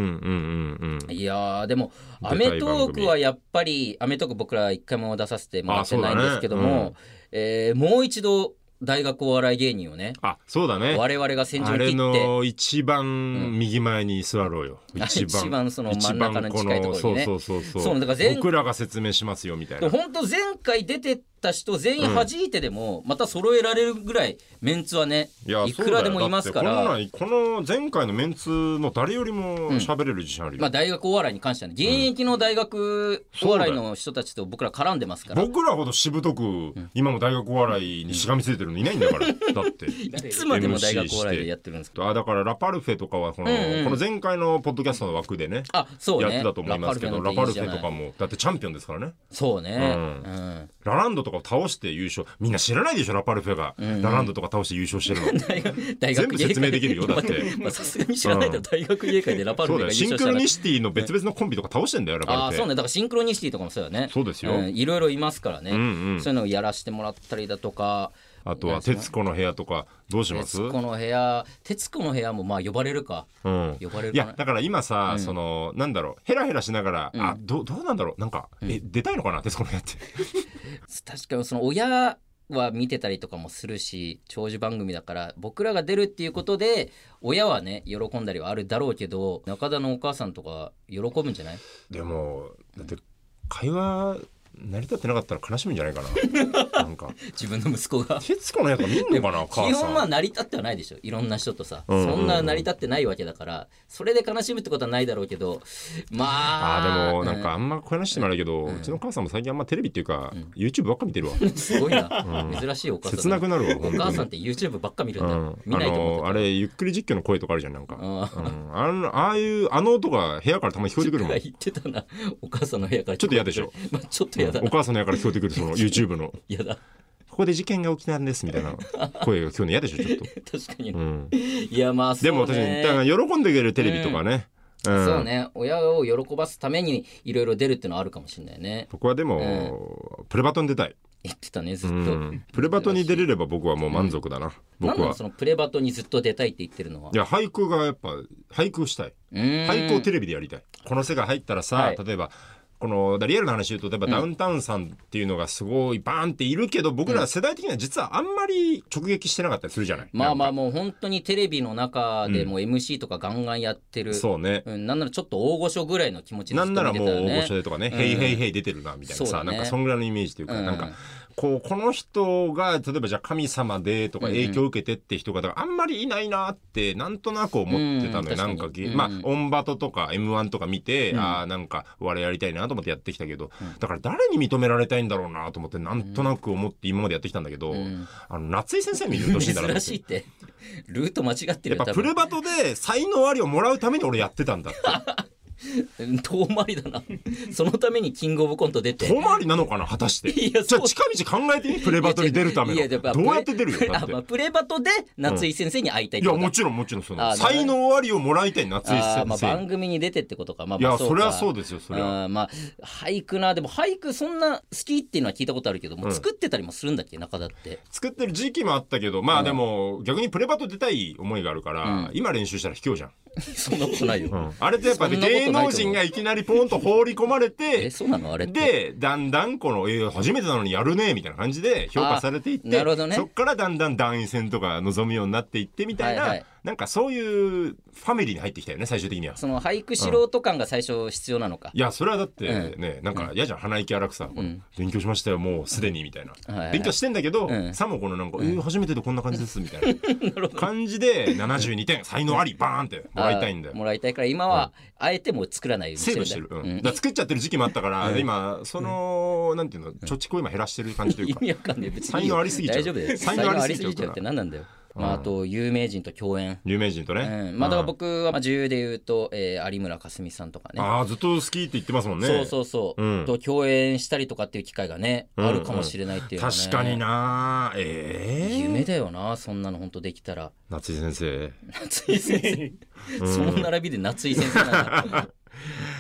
B: うんうん
A: いやーでも「ア
B: 出たい
A: メトーク」はやっぱり「アメトーク」僕ら一回も出させてもらってないんですけど
B: あそうだ
A: も、
B: ね
A: えーもう一度大学お笑い芸人をね
B: あそうだね
A: 我々が先
B: あ
A: 陣
B: れ
A: 切って
B: の一番右前に座ろうよ、
A: あ
B: 一 番
A: 一番その真ん中の
B: 一番
A: 近いところにね
B: そうそうそ
A: そ
B: うそうう
A: だから全
B: 僕らが説明しますよみたいな
A: 本当前回出てった人全員弾いてでもまた揃えられるぐらいメンツはね
B: いや
A: いくらでもいますか
B: そうだ
A: ら。
B: よだってこんなんこの前回のメンツの誰よりも喋れる自信あるよ、
A: まあ、大学お笑いに関してはね現役の大学お笑いの人たちと僕ら絡んでますから、
B: 僕らほどしぶとく、今も大学お笑いにしがみついてるのいないんだから、だ って
A: いつまでも大学お笑いでやってるんですけど
B: あだからラパルフェとかはこの,、
A: うんうん
B: この前回のポッドキャストの枠でね
A: あそうね
B: やってたと思いますけどラパルフェとか
A: も
B: もだってチャンピオンですからね
A: そうね、
B: う
A: うん、
B: ラランドとかを倒して優勝みんな知らないでしょラパルフェが、ラランドとか倒して優勝し てるの
A: 大学大学
B: 全部説明できるよだって
A: まあまあさすがに知らないと大学芸会でラパル
B: そ
A: フ
B: う
A: ェが
B: だよ
A: 優勝し
B: シンク
A: た
B: ロ
A: ら
B: ニシティの別々のコンビとか倒してんだよラ
A: あ
B: パ
A: あ
B: ル
A: そう
B: フェ
A: ねだからシンクロニシティとかもそうだね
B: そうですよ
A: んいろいろいますからね、
B: うんうん
A: そういうのをやらせてもらったりだとか
B: あとは「徹子の部屋」とかどうし
A: 「
B: ます
A: 徹子の部屋」「徹子の部屋」もまあ呼ばれるか
B: うん
A: 呼ばれる
B: い
A: かな
B: やだから今さ、そのなんだろうヘラヘラしながら、あどどうなんだろうなんか、え出たいのかな徹子の部屋って
A: 確かにその親は見てたりとかもするし長寿番組だから僕らが出るっていうことで親はね喜んだりはあるだろうけど中田のお母さんとか喜ぶんじゃない
B: でもだって会話成り立ってなかったら悲しむんじゃないかなな んか
A: 自分の息子が
B: 徹子のやつ見んのかな
A: 基
B: 母さ
A: 本は
B: ん
A: 成り立ってはないでしょいろんな人とさ、
B: うんうんうん
A: そんな成り立ってないわけだからそれで悲しむってことはないだろうけどま
B: あ
A: あ
B: ーでもなんかあんまこういう話してもあれだけど、うちの母さんも最近あんまテレビっていうか、YouTube ばっか見 てるわ
A: うんすごいな、珍しいお母さん
B: 切なくなるわ
A: お
B: 本当
A: 母
B: に
A: さんって YouTube ばっか見る
B: うん
A: だ、
B: ん、
A: 見ないと思っ
B: あ
A: て
B: のあれゆっくり実況の声とかあるじゃんなんか、うん、
A: あ
B: あのああいうあの音が部屋からたまに聞こえてくる もん
A: 言ってたなお母さんの部屋から
B: ちょっと嫌でしょ、
A: まあ、ちょっと嫌だ
B: お母さんの部屋から聞こえてくる その YouTube の
A: 嫌だ
B: ここで事件が起きたんです みたいな声が聞こえるの嫌でしょちょっと、
A: 確かに、
B: うん、
A: いやまあそう
B: で
A: ね
B: も確かにだから喜んでくれるテレビとかね、うん
A: そうね親を喜ばすためにいろいろ出るってのはあるかもしれないね
B: 僕はでも、プレバトに出たい、
A: 言ってたねずっ
B: う
A: と、
B: ん、プレバトに出れれば僕はもう満足だな、
A: なん
B: 僕
A: なの
B: は
A: そのプレバトにずっと出たいって言ってるのはい
B: や俳句がやっぱ俳句したい俳
A: 俳
B: 句をテレビでやりたいこの世界入ったらさ、
A: はい
B: 例えばこのだリアルな話言うと例えばダウンタウンさんっていうのがすごいバーンっているけど、僕ら世代的には実はあんまり直撃してなかったりするじゃない
A: まあまあ
B: なんか
A: もう本当にテレビの中でもう MC とかガンガンやってる、
B: そうね、
A: うん、なんならちょっと大御所ぐらいの気持ちでず
B: な
A: っと見て
B: んな
A: た
B: ら
A: よね
B: もう大御所でとかね
A: う
B: 「
A: ん
B: へいへいへい」出てるなみたいな
A: そうだ
B: さ、
A: ね
B: なんかそんぐらいのイメージというか、
A: うん
B: なんかこうこの人が例えばじゃあ神様でとか
A: うん
B: 影響を受けてって人がだからあんまりいないなってなんとなく思ってたの
A: う
B: よ、
A: ん
B: な
A: 確
B: んか
A: かに
B: げ
A: うん
B: まあオンバトとか m 1とか見て、
A: うん
B: ああなんか我々やりたいなと思ってやってきたけど、だから誰に認められたいんだろうなと思ってなんとなく思って今までやってきたんだけど、
A: ん
B: あの夏井先生見るとしいんだなと思
A: 珍
B: って
A: しいってルート間違って
B: や
A: る
B: っ
A: よ
B: ぱ
A: 多
B: プ
A: 分
B: レバトで才能ありをもらうために俺やってたんだって
A: 遠回りだな そのためにキングオブコント出て
B: 小回りなのかな果たして
A: いや
B: じゃあ
A: そう
B: 近道考え てみプレバトに出るため
A: いやいや
B: の
A: やっぱ
B: どうやって出るよ
A: プレ
B: だっ
A: あ
B: て
A: まあプレバトで夏井先生に会いたいっ
B: い
A: て
B: や
A: こと
B: もちろんもちろんそ
A: あ
B: の
A: ーなるほど
B: 才能ありをもらいたい夏井
A: あーまあ
B: 先
A: 番
B: 生
A: 組に出てってことか、まあ、
B: いや
A: まあ
B: それはそう
A: で
B: ですよそれは
A: まあ俳句なでも俳句そんな好きっていうのは聞いたことあるけども、
B: うん
A: 作ってたりもするんだっけ中田って
B: 作ってる時期もあったけどまあでも逆にプレバト出たい思いがあるから、
A: うん
B: 今練習したら卑怯じゃん、
A: そんなことないよ、
B: あれってやっぱね
A: そんなことない
B: 芸
A: と思う
B: 能人がいきなりポンと放り込ま れ
A: え
B: て
A: そうなのあれって
B: でだんだんこの「えー初めてなのにやるね」みたいな感じで評価されていって
A: あなるほどね
B: そっからだんだん団員戦とか望むようになっていってみたいな、
A: はいはい
B: なんかそういうファミリーに入ってきたよね最終的には。
A: その俳句素人感が最初必要なのか、
B: いやそれはだってね、なんか嫌じゃん鼻息荒くさ、
A: ん
B: 勉強しましたよもうすでにみたいな、
A: はいはい
B: 勉強してんだけど、
A: うん
B: さもこのなんか、えー初めてでこんな感じですみ たいな感じで72点才能ありバーンってもらいたいんだよ
A: あーもらいたいから今はあえてもう作らないように
B: セーブしてる、うんだから作っちゃってる時期もあったから、今その、なんていうの貯蓄を今減らしてる感じという
A: 意
B: か
A: 味わかんねえ別に
B: 才能ありすぎちゃう
A: 大丈夫だよ
B: 才
A: 才
B: 能
A: 能
B: あ
A: あ
B: り
A: り
B: す
A: す
B: ぎ
A: ぎ
B: ち
A: ち
B: ゃう
A: ゃうって何なんだよ、まあ、あと有名人と共演、
B: 有名人と
A: う
B: ね、
A: んまあ、だから僕はまあ女優で言うと、えー有村架純さんとかね
B: ああずっと好きって言ってますもんね
A: そうそうそう、
B: うん
A: と共演したりとかっていう機会がね、
B: うん
A: あるかもしれないっていうのはね
B: 確かになええ
A: 夢だよなそんなの本当できた ら
B: 夏井先生
A: 夏井先生その並びで夏井先生 なんだ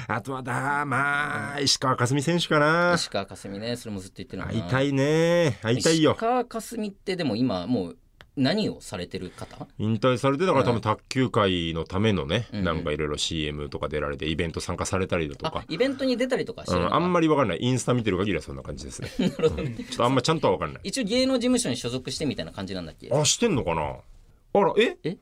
B: あとはだまあ石川佳純選手かな
A: 石川佳純ねそれもずっと言ってるのか
B: 会い
A: な
B: たいね会いたいよ
A: 石川佳純ってでも今もう何をされてる方
B: 引退されてだから多分卓球界のためのね、
A: うん
B: なんかいろいろ CM とか出られてイベント参加されたりだと
A: あ
B: か、
A: イベントに出たりとかし
B: う
A: てるの
B: ん、
A: か、
B: あんまりわかんないインスタ見てる限りはそんな感じですね、うんちょっとあんまちゃんとはわかんない
A: 一応芸能事務所に所属してみたいな感じなんだっけ
B: あしてんのかなあらえ
A: え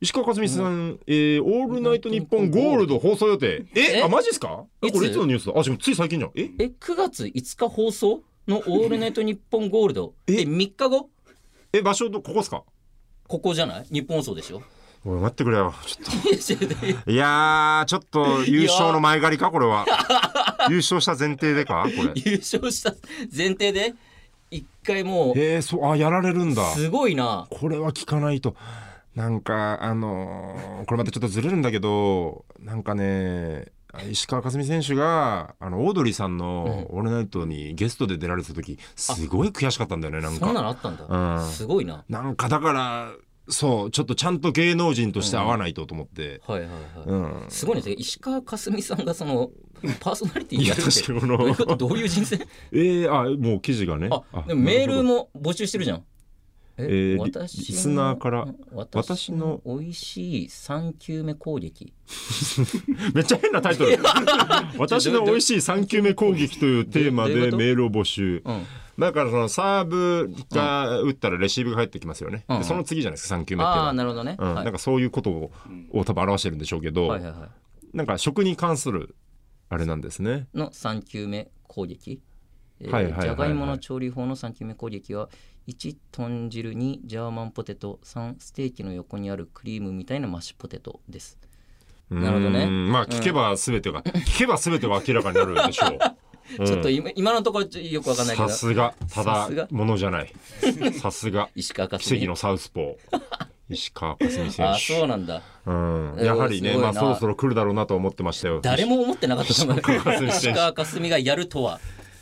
B: 石川佳純さん、えーオールナイトニッポンゴールド放送予定え
A: え
B: あマジっすかえ
A: いつ
B: これいつのニュースだあしかもつい最近じゃんえ
A: え9月5日放送の「オールナイトニッポンゴールド」
B: え
A: で3日後
B: え場所どここっすか
A: ここじゃない日本放送で しょ
B: おい待ってくれよちょっ
A: いやちょっと
B: といやーちょっと優勝の前借りかこ れは優勝した前提でかこれ
A: 優勝した前提で一回もう
B: えー、そうあやられるんだ
A: すごいな
B: これは聞かないとなんかあのーこれまたちょっとずれるんだけどなんかね石川佳純選手があのオードリーさんの「オールナイト」にゲストで出られてた時すごい悔しかったんだよねなん
A: そんな
B: か
A: のあったんだ、
B: うん
A: すごいな
B: なんかだからそうちょっとちゃんと芸能人として会わないとと思って、
A: はいはいはい、
B: うん、
A: すごいですね石川佳純さんがそのパーソナリティになるっ
B: いや確かに
A: て
B: この
A: どういうことどういう人生
B: えー、あもう記事がね
A: あでもメールも募集してるじゃんえ
B: えーリリスナーから
A: 私の美味しい3球目攻撃
B: めっちゃ変なタイトル私の美味しい3球目攻撃というテーマで
A: どういうこと
B: メールを募集、
A: うん
B: だからそのサーブが打ったらレシーブが入ってきますよね、
A: うん
B: でその次じゃないですか3球目ってい
A: あ
B: うのは
A: あなるほどね、
B: うん
A: はい
B: なんかそういうことをを多分表してるんでしょうけど、
A: はいはいは
B: なんか食に関するあれなんですね
A: いの3球目攻撃え
B: はいはい
A: ー
B: はいはい
A: じゃがいもの調理法の3球目攻撃は1豚汁2ジャーマンポテト3ステーキの横にあるクリームみたいなマッシュポテトですなるほどね
B: うーんまあ聞けば全てが、聞けば全てが明らかになるでしょ う
A: ちょっと今今のところちょよくわかんないけど
B: さすがた
A: さす
B: だ
A: が
B: ものじゃないさ すが
A: 石川佳
B: 奇跡
A: 純
B: のサウスポー石川佳純選
A: あそう
B: 手
A: なんだ
B: うん、やはりね、
A: すごい
B: ま
A: な
B: あ、そろそろ来るだろうなと思ってましたよ。
A: 誰も思ってなかったと 思う
B: 石川佳純選手
A: 石川佳純がやるとは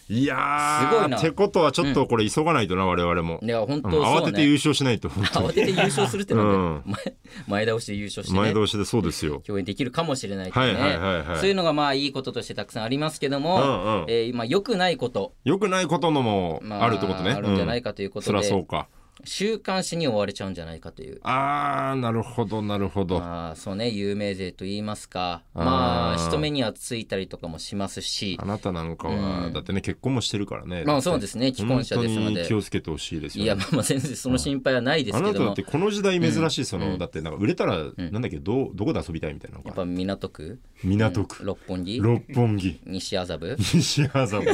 A: い
B: やー
A: すごいな
B: ってことはちょっとこれ急がないとな、我々も。
A: いや本
B: うん
A: 当
B: 慌
A: そう
B: てて優
A: ね
B: 勝しないと、本当に
A: 慌てて優勝するってなんで前前倒しで優勝して
B: 前
A: ね
B: 倒しでそうですよ。
A: 共演できるかもしれないというね
B: はいはいはいはい
A: そういうのがまあいいこととしてたくさんありますけど
B: うんうん
A: もえー今良くないこと
B: 良くないことのも
A: ま
B: あるってことね。
A: あるんじゃない
B: か
A: かということ
B: そりゃそう
A: で
B: か。
A: 週刊誌に追われちゃうんじゃないかという
B: あー、なるほど、なるほど。
A: まあそうね有名税と言いますか
B: あー
A: まあ人目にはついたりとかもしますし
B: あなたなんかは、
A: うん
B: だってね、結婚もしてるからね。
A: まあそうですね既婚者ですの
B: 本当
A: で
B: に気をつけてほしいですよ、
A: い
B: ね。
A: やまあまあ全然その心配はないです
B: あ
A: け
B: なた
A: ど
B: だっ
A: も
B: てこの時代珍しい、その、だってなんか売れたら、なんだっけ、どうどこで遊びたいみたいなの
A: やっ
B: か。
A: ぱ港区
B: 港区、
A: 六本木
B: 六本木、
A: 西麻布
B: 西麻布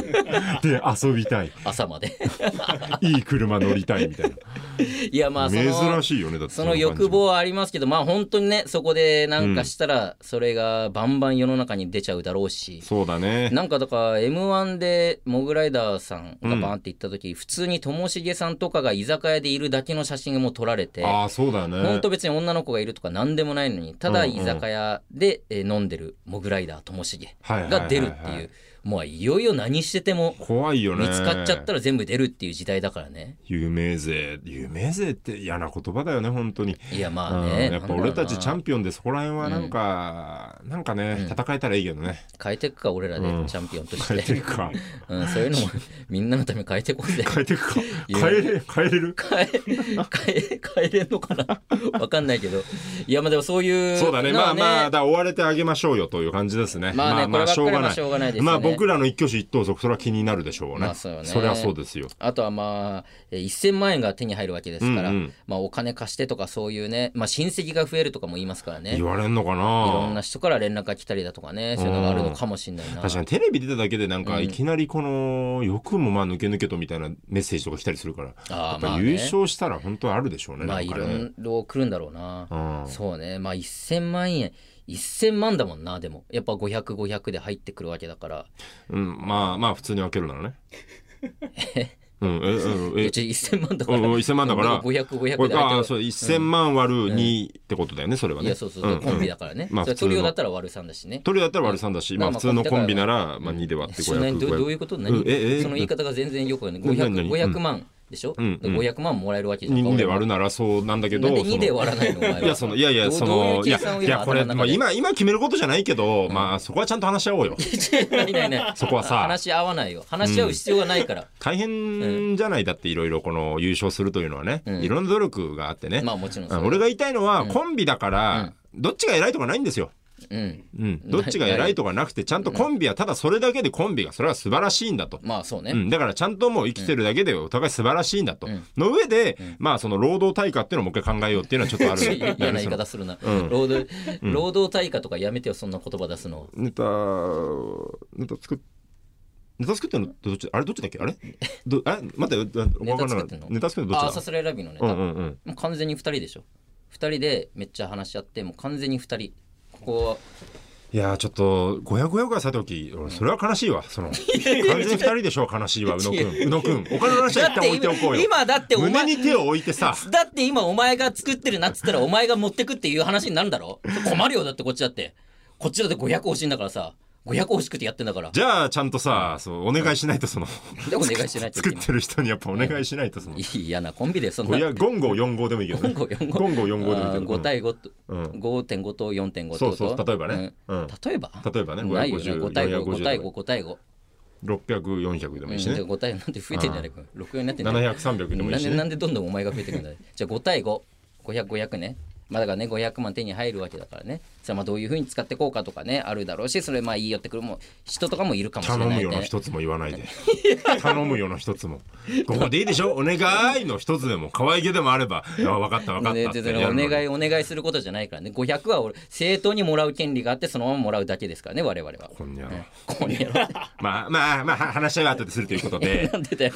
B: で遊びたい。
A: 朝まで
B: いい車乗りたいみたいな。
A: いやまあその
B: 珍しいよねだって
A: その欲望はありますけどまあ本当にねそこでなんかしたらそれがバンバン世の中に出ちゃうだろうし、
B: そうだね
A: なんかだから m 1でモグライダーさんがバーンって行った時、普通にともしげさんとかが居酒屋でいるだけの写真がもう撮られて
B: ああそうだよね
A: 本当別に女の子がいるとか何でもないのにただ居酒屋でえー飲んでるモグライダーともしげが出るって
B: はいはいはい
A: い
B: は
A: うもういよいよ何してても
B: 怖いよね
A: 見つかっちゃったら全部出るっていう時代だからね
B: 有名税有名税って嫌な言葉だよね本当に、
A: いやまあ
B: うん
A: ね
B: やっぱ俺たちチャ
A: ン
B: ンピオンでそこら辺はなんか、なんかね戦えたらいいけどね、
A: 変えていくか俺らで
B: うん
A: チャンピオンとし
B: 変えて
A: て
B: くか
A: うんそういう のもみんなのために変えてこうぜ
B: 変えてくか
A: いや
B: 変えれ変えれる
A: 変え変え変えれんのかなわかんないけどいやまあでもそういう
B: そうだね
A: の
B: ま
A: は
B: あまあだから追われてあげましょうよという感じですね
A: まあねこればっ
B: しょう
A: かり
B: が
A: は
B: ない
A: しょうがないですよね
B: まあ僕らの一挙手一投足それは気になるでしょうね,、
A: まあそうよね
B: りゃそうですよ
A: あとはまあえー1000万円が手に入るわけですから、
B: うんうん
A: まあ、お金貸してとかそういうね、まあ、親戚が増えるとかも言いますからねい
B: 言われんのかない
A: ろんな人から連絡が来たりだとかねそういうのがあるのかもしれないな
B: 確かにテレビ出ただけでなんかいきなりこの欲もまあ抜け抜けとみたいなメッセージとか来たりするから
A: あー
B: やっ
A: ま
B: ぱ
A: あね
B: 優勝したら本当はあるでしょうね
A: まあ
B: ないんか
A: ろ
B: ね
A: いろ来るんだろうな、
B: うん
A: そうねまあ1000万円1000万だもんなでもやっぱ500500で入ってくるわけだから
B: うんまあまあ普通に分ける ならねうんえええ
A: うち1000万だから
B: うんうん1000万だからこ
A: 500500で
B: れ
A: 入って
B: あ
A: る
B: あそう1000万割る2ってことだよねそれはいね
A: やそうそう、コンビだからね、
B: まあ
A: それ
B: 普通の
A: トリオだったら悪さんだしね
B: トリオだったら割る3だしまあ
A: まあ
B: 普通のコンビな
A: ま
B: らまあ2で割って
A: それ何どうどうい
B: 500
A: うこと何、
B: うんええ
A: その言い方が全然よくない
B: 何
A: 500
B: 何何
A: 500万でしょ、
B: うんうん
A: 500万もらえるわけじゃん
B: 2で
A: 俺は
B: 割るならそうなんだけ
A: な
B: ど
A: んで
B: その
A: 2で割らないのお前はい
B: やそのいやいや
A: どう
B: そ
A: どうい
B: の
A: う
B: い
A: 計
B: や
A: 算を
B: いやこれ、ま
A: 今
B: あ、今今決めることじゃないけど、まあそこはちゃんと話し合おうよ
A: 頭の中で ないないない
B: そこはさ
A: 話し合わないよ話し合う必要がないから、
B: 大変じゃないだっていろいろこの優勝するというのはね、
A: ん
B: いろんな努力があってね、
A: まあもちろん
B: う
A: そ
B: ん
A: れ
B: 俺が言いたいのは、コンビだから、どっちが偉いとかないんですよ、
A: うん
B: うん、どっちが偉いとかなくてちゃんとコンビはただそれだけでコンビがそれは素晴らしいんだと。
A: まあそうね、
B: うん、だからちゃんともう生きてるだけでお互い素晴らしいんだと、の上で、まあその労働対価っていうのをもう一回考えようっていうのはちょっとある
A: 嫌な言い方するな、労働労働対価とかやめてよそんな言葉出すの
B: ネタ、ネタ作っ、ネタ作ってんのってどっちあれどっちだっけあれどあれ待って、わ
A: ネ
B: か
A: タ
B: んな
A: 作っ
B: い
A: てんの
B: ネタ作ってんの
A: あ
B: ど
A: あ
B: っ
A: さ
B: ち
A: すら選びのネ
B: だ
A: タ、
B: うんうんうん。
A: もう完全に2人でしょ2人でめっちゃ話し合ってもう完全に2人ここはい
B: やーちょっと500、500がさておき、俺それは悲しいわ。その、完全に二人でしょ、悲しいわ、宇野くん。宇野くん、お金の話は一旦置いておこうよ。
A: 今だってお前
B: 胸に手を置いて さ、
A: だって今お前が作ってるなっつったらお前が持ってくっていう話になるんだろ困るよだってこっちだってこっちだって500欲しいんだからさ500欲しくてやってんだから
B: じゃあちゃんとさ、そう、お願いしないと、その、
A: でお願いしないといけ
B: 作っ
A: ない
B: てる人にやっぱお願いしないと、その、
A: いい嫌なコンビでそん
B: い
A: な
B: や、ゴンゴ4号でもいいけどね。
A: ゴンゴ4号
B: ゴンゴ4号でもいいけど。
A: 5対5と、
B: うん
A: 5.5と4.5ってこと
B: そうそう例えばね
A: うん
B: うん
A: 例えば
B: 例えばね
A: ないよね
B: 550
A: 5対5
B: 450
A: 5対5 5対5
B: 600、400でもいいしね。
A: 5対なんて増えてんじゃないか64になってんじゃない
B: 700、300でもい
A: ないん
B: し
A: で
B: ね
A: な。んでどんどんお前が増えてくんだよ じゃあ5対5500 500ねまあだからね500万手に入るわけだからねじゃあまあどういうふうに使っていこうかとかねあるだろうしそれまあいいよってくるも人とかもいるかもしれ
B: 頼
A: ない、ね、
B: むよの一つも言わないで頼むよの一つもここでいいでしょお願いの一つでも可愛げでもあればあ分かった分かった
A: ね
B: って
A: 全然
B: や
A: お
B: るのに
A: 願いお願いすることじゃないからね500は俺正当にもらう権利があってそのままもらうだけですからね我々は
B: こんにゃろ
A: こんやろ
B: まあまあまあは話し合いは後でするということで
A: なんでだよ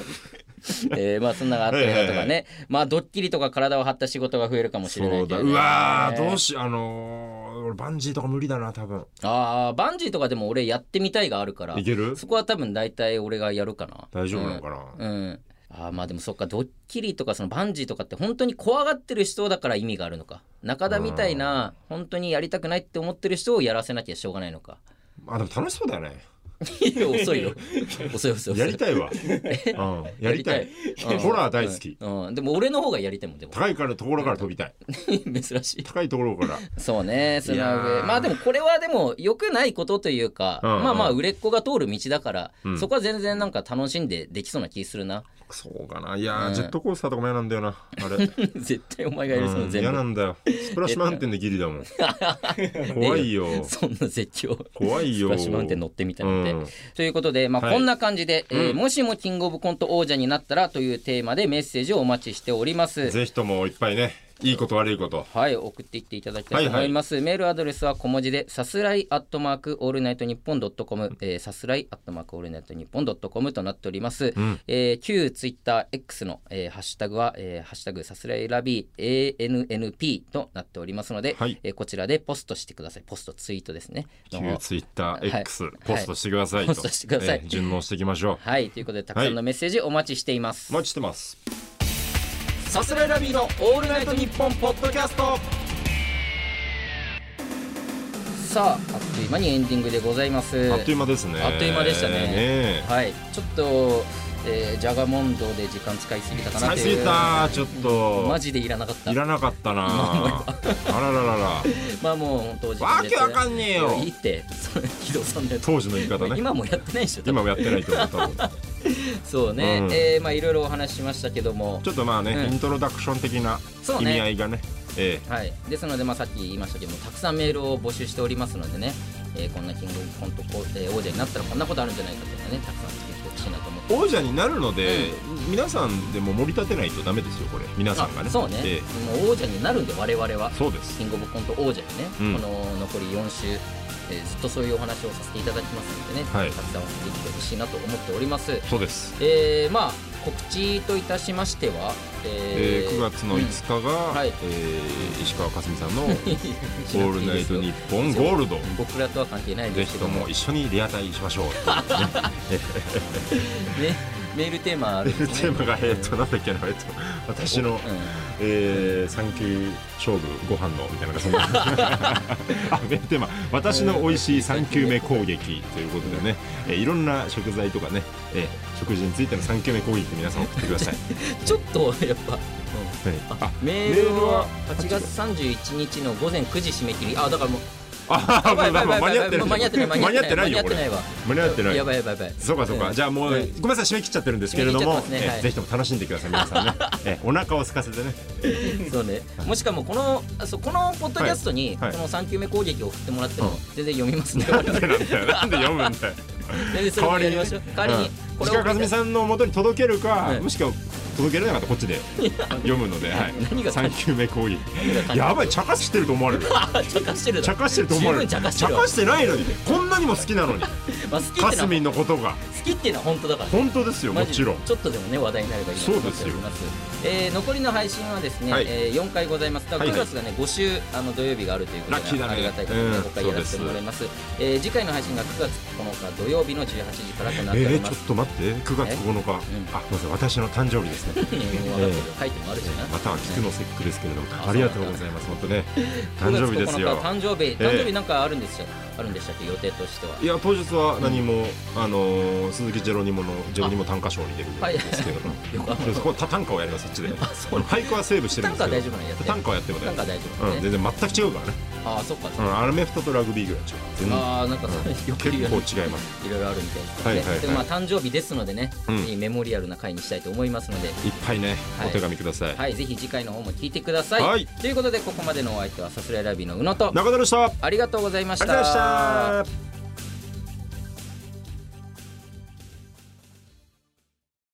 A: えー、まあそんなのがあったりだとかねまあドッキリとか体を張った仕事が増えるかもしれな
B: そ
A: いうけ
B: だ
A: ど、
B: う
A: ね、
B: わーどうしあのー俺バンジーとか無理だな多分
A: あーバンジーとかでも俺やってみたいがあるから
B: いける
A: そこは多分大体俺がやるかな
B: 大丈夫なのかな、
A: うん、あーまあでもそっかドッキリとかそのバンジーとかって本当に怖がってる人だから意味があるのか中田みたいな本当にやりたくないって思ってる人をやらせなきゃしょうがないのか
B: あでも楽しそうだよね
A: いや遅い よ遅い遅い遅い
B: やりたい わ、うん、やりたい
A: うん
B: ホラー大好き、
A: うんうんでも俺の方がやりたいもんでも
B: 高いからところから飛びたい
A: 珍しい
B: 高いとこ ろから
A: そうねその
B: い
A: 上
B: やー
A: まあでもこれはでも良くないことというか、
B: うんうん
A: まあまあ売れっ子が通る道だから、
B: ん
A: そこは全然なんか楽しんでできそうな気するな
B: そうかないやー、ジェットコースターとかも嫌なんだよなあれ
A: 絶対お前がやりそう
B: う
A: なん全部、
B: 嫌なんだよスプラッシュマウンテンでギリだ もん怖いよ
A: そんな絶叫
B: 怖い
A: スプ
B: よ
A: ラッシュマウンテン乗ってみたいなんて
B: うん
A: ということで、まあ、
B: はい
A: こんな感じで、えーもしもキングオブコント王者になったらというテーマでメッセージをお待ちしております。
B: ぜひともいっぱいねいいこと悪いこと
A: はい、送っていっていただきたいと思います。メールアドレスは小文字で、さすらいアットマークオールナイトニッポンドットコム、えーさすらいアットマークオールナイトニッポンドットコムとなっております。
B: うん
A: えー旧ツイッター X の、えーハッシュタグは、えーハッシュタグさすらいラビー ANNP となっておりますので、
B: はい
A: えーこちらでポストしてください。ポストツイートですね。どう
B: 旧
A: も
B: ツイッター X、
A: はい
B: ポストしてくださいと、
A: はいポストしてください
B: えー順応していきましょう
A: はい、ということで、たくさんのメッセージお待ちしています。
B: お待ちしてます
A: さすらいラビーのオールナイトニッポンポッドキャストさあ、あっという間にエンディングでございます。
B: あっという間ですね
A: あっという間でしたね
B: え
A: はい、ちょっと、えージャガモンドで時間使いすぎたかなっ
B: 使い
A: て
B: す
A: い
B: ぎ
A: う
B: たちょっと
A: マジでいらなかった
B: いらなかったなあらららら
A: まあもう本当時
B: わ
A: 間です
B: けわかんねえよ
A: いやいいって そのヒロさんのやつ
B: 当時の言い方ね
A: 今もやってないでしょ多分
B: 今もやってないと思う多分
A: そうね、
B: うん
A: えーまあいろいろお話ししましたけども
B: ちょっとまあね、
A: うん
B: イントロダクション的な
A: そう
B: 意
A: ね
B: 味合いがねえ
A: はい、ですので、まあ、さっき言いましたけどもたくさんメールを募集しておりますのでね、えーこんなキングコント、こうえー王者になったらこんなことあるんじゃないかというのはねたくさん聞いてほしいなと思って
B: え王者になるので、皆さんでも盛り立てないとダメですよこれ皆さんがね
A: あそうね、
B: え
A: もう王者になるんで我々は
B: えそうです
A: キングオブコント王者にね、
B: うん
A: この残り4週、えーずっとそういうお話をさせていただきますのでね、
B: はい
A: たくさん送ってきてほしいなと思っております。
B: そうです
A: えーまあ告知といたしましては、
B: え
A: え
B: ー、9月の5日が、
A: はい
B: えー石川佳純さ んの「オ
A: 日
B: ールナイトニッポンゴールド」
A: 僕らとは関係ないで
B: ぜ
A: すけ
B: ひ
A: ど
B: と
A: も
B: も一緒にリアタイ しましょう
A: ね、メールテーマあ
B: テ
A: るんですね
B: ーマがえっとなんだっけなえっと私の、
A: う
B: えー、産休勝負ご飯のみたいなそんな あメールテーマ「私の美味しい3球目攻撃」ということでね、えーいろんな食材とかね、えー食事についての3球目攻撃皆さん送ってください、
A: んちょっとやっぱ、うん
B: はい
A: あメール
B: メール
A: は
B: は
A: 8月31日の午前9時締め切りあだからもう
B: あ
A: やばいやばいやば
B: 間
A: い
B: に合ってる
A: 間に合ってない
B: 間に合ってないよ
A: 間に合っ
B: こ
A: てな
B: れ
A: いわ
B: 間に合ってない
A: やばいやばいやばい
B: そうかそうか、
A: ん
B: じゃあもう、
A: うん
B: ごめんなさい締め切っちゃってるんですけれど
A: 締め切
B: も
A: っちゃっ、てますね
B: えー
A: はい
B: ぜひとも楽しんでください皆さんね、えーお腹を空かせてね
A: そうね、もしかもこのあそうこのポッドキャストに、
B: はいはい
A: この3球目攻撃を送ってもらっても
B: うん
A: 全然読み ますね、
B: なんでなんだよなんで読むんだよ
A: 全然それもやりましょう代わりに
B: うん
A: こ
B: 石
A: れを
B: 川佳純さんの元に届けるか、
A: はい
B: もしくは届けられなかったらこっちで 読むので、はい、
A: 何が
B: 3球目攻撃
A: が
B: やばい茶化してると 思われる
A: あちゃかしてるだ
B: 茶
A: ろ、
B: 化してると思われる
A: 十分茶化してるわ
B: ないのにこんなにも好きなのに
A: まあ、好きって
B: か
A: の
B: す
A: は
B: みんのことが
A: 好きっていうのは本当だから
B: 本当ですよも
A: マジ
B: ち
A: で
B: ろん
A: ちょっとでもね話題になればいいなと思っておりますえー残りの配信はですね、
B: はい
A: えー4回ございますだから9
B: はいはい
A: 月がね5週あの土曜日があるということで
B: ラッキーだね
A: ありがたいことで
B: うん
A: 5回やらせてもらいます,、えー次回の配信が9月9日土曜日の18時からとなってお
B: え
A: り
B: ー、
A: ま
B: ちょ
A: す
B: っ、と待って9月9日、あごめんなさい私の誕生日ですね
A: もう分かってる書いてもあるしな、
B: または菊の節句ですけれども、
A: あ
B: ありがとうございます本 当ね
A: 9
B: 誕
A: 月
B: 生日です
A: 9
B: よ
A: 日誕生日
B: ええ
A: 誕生日なんかあるんですよ、あるんでしたっけ予定としてはい
B: や当日は何も、あのー鈴木ジェロニモのジェロニモ短歌賞に出るん
A: はい
B: ですけれども、
A: 横浜の
B: そこた短歌をやりますそっちで
A: あそう
B: 俳句はセーブしてるん
A: 短
B: で
A: 歌
B: す
A: は大丈夫な
B: けど
A: んやって
B: 短歌はやっても
A: 短
B: 大
A: 歌は
B: 丈
A: 大丈夫
B: 夫、
A: な
B: うんん、
A: ね、
B: 全然全く違うからね、
A: ああそっかそっ
B: う
A: か、
B: ん、アルメフトとラグビーぐらい違う全然
A: ああなんかそれよく言うよ
B: 結
A: ね
B: 構違います
A: いろいろあるみたいですからね、
B: はいはいはい
A: でもまあ誕生日ですのでね、
B: うん
A: いいメモリアルな回にしたいと思いますので、
B: いっぱいね、
A: はい
B: お手紙ください、
A: はい、ぜひ次回の方も聞いてください。
B: はい
A: ということでここまでのお相手はさすらいラビーの宇野と
B: 中田でしたあり
A: ありがとうございまし。
B: がとうございましたた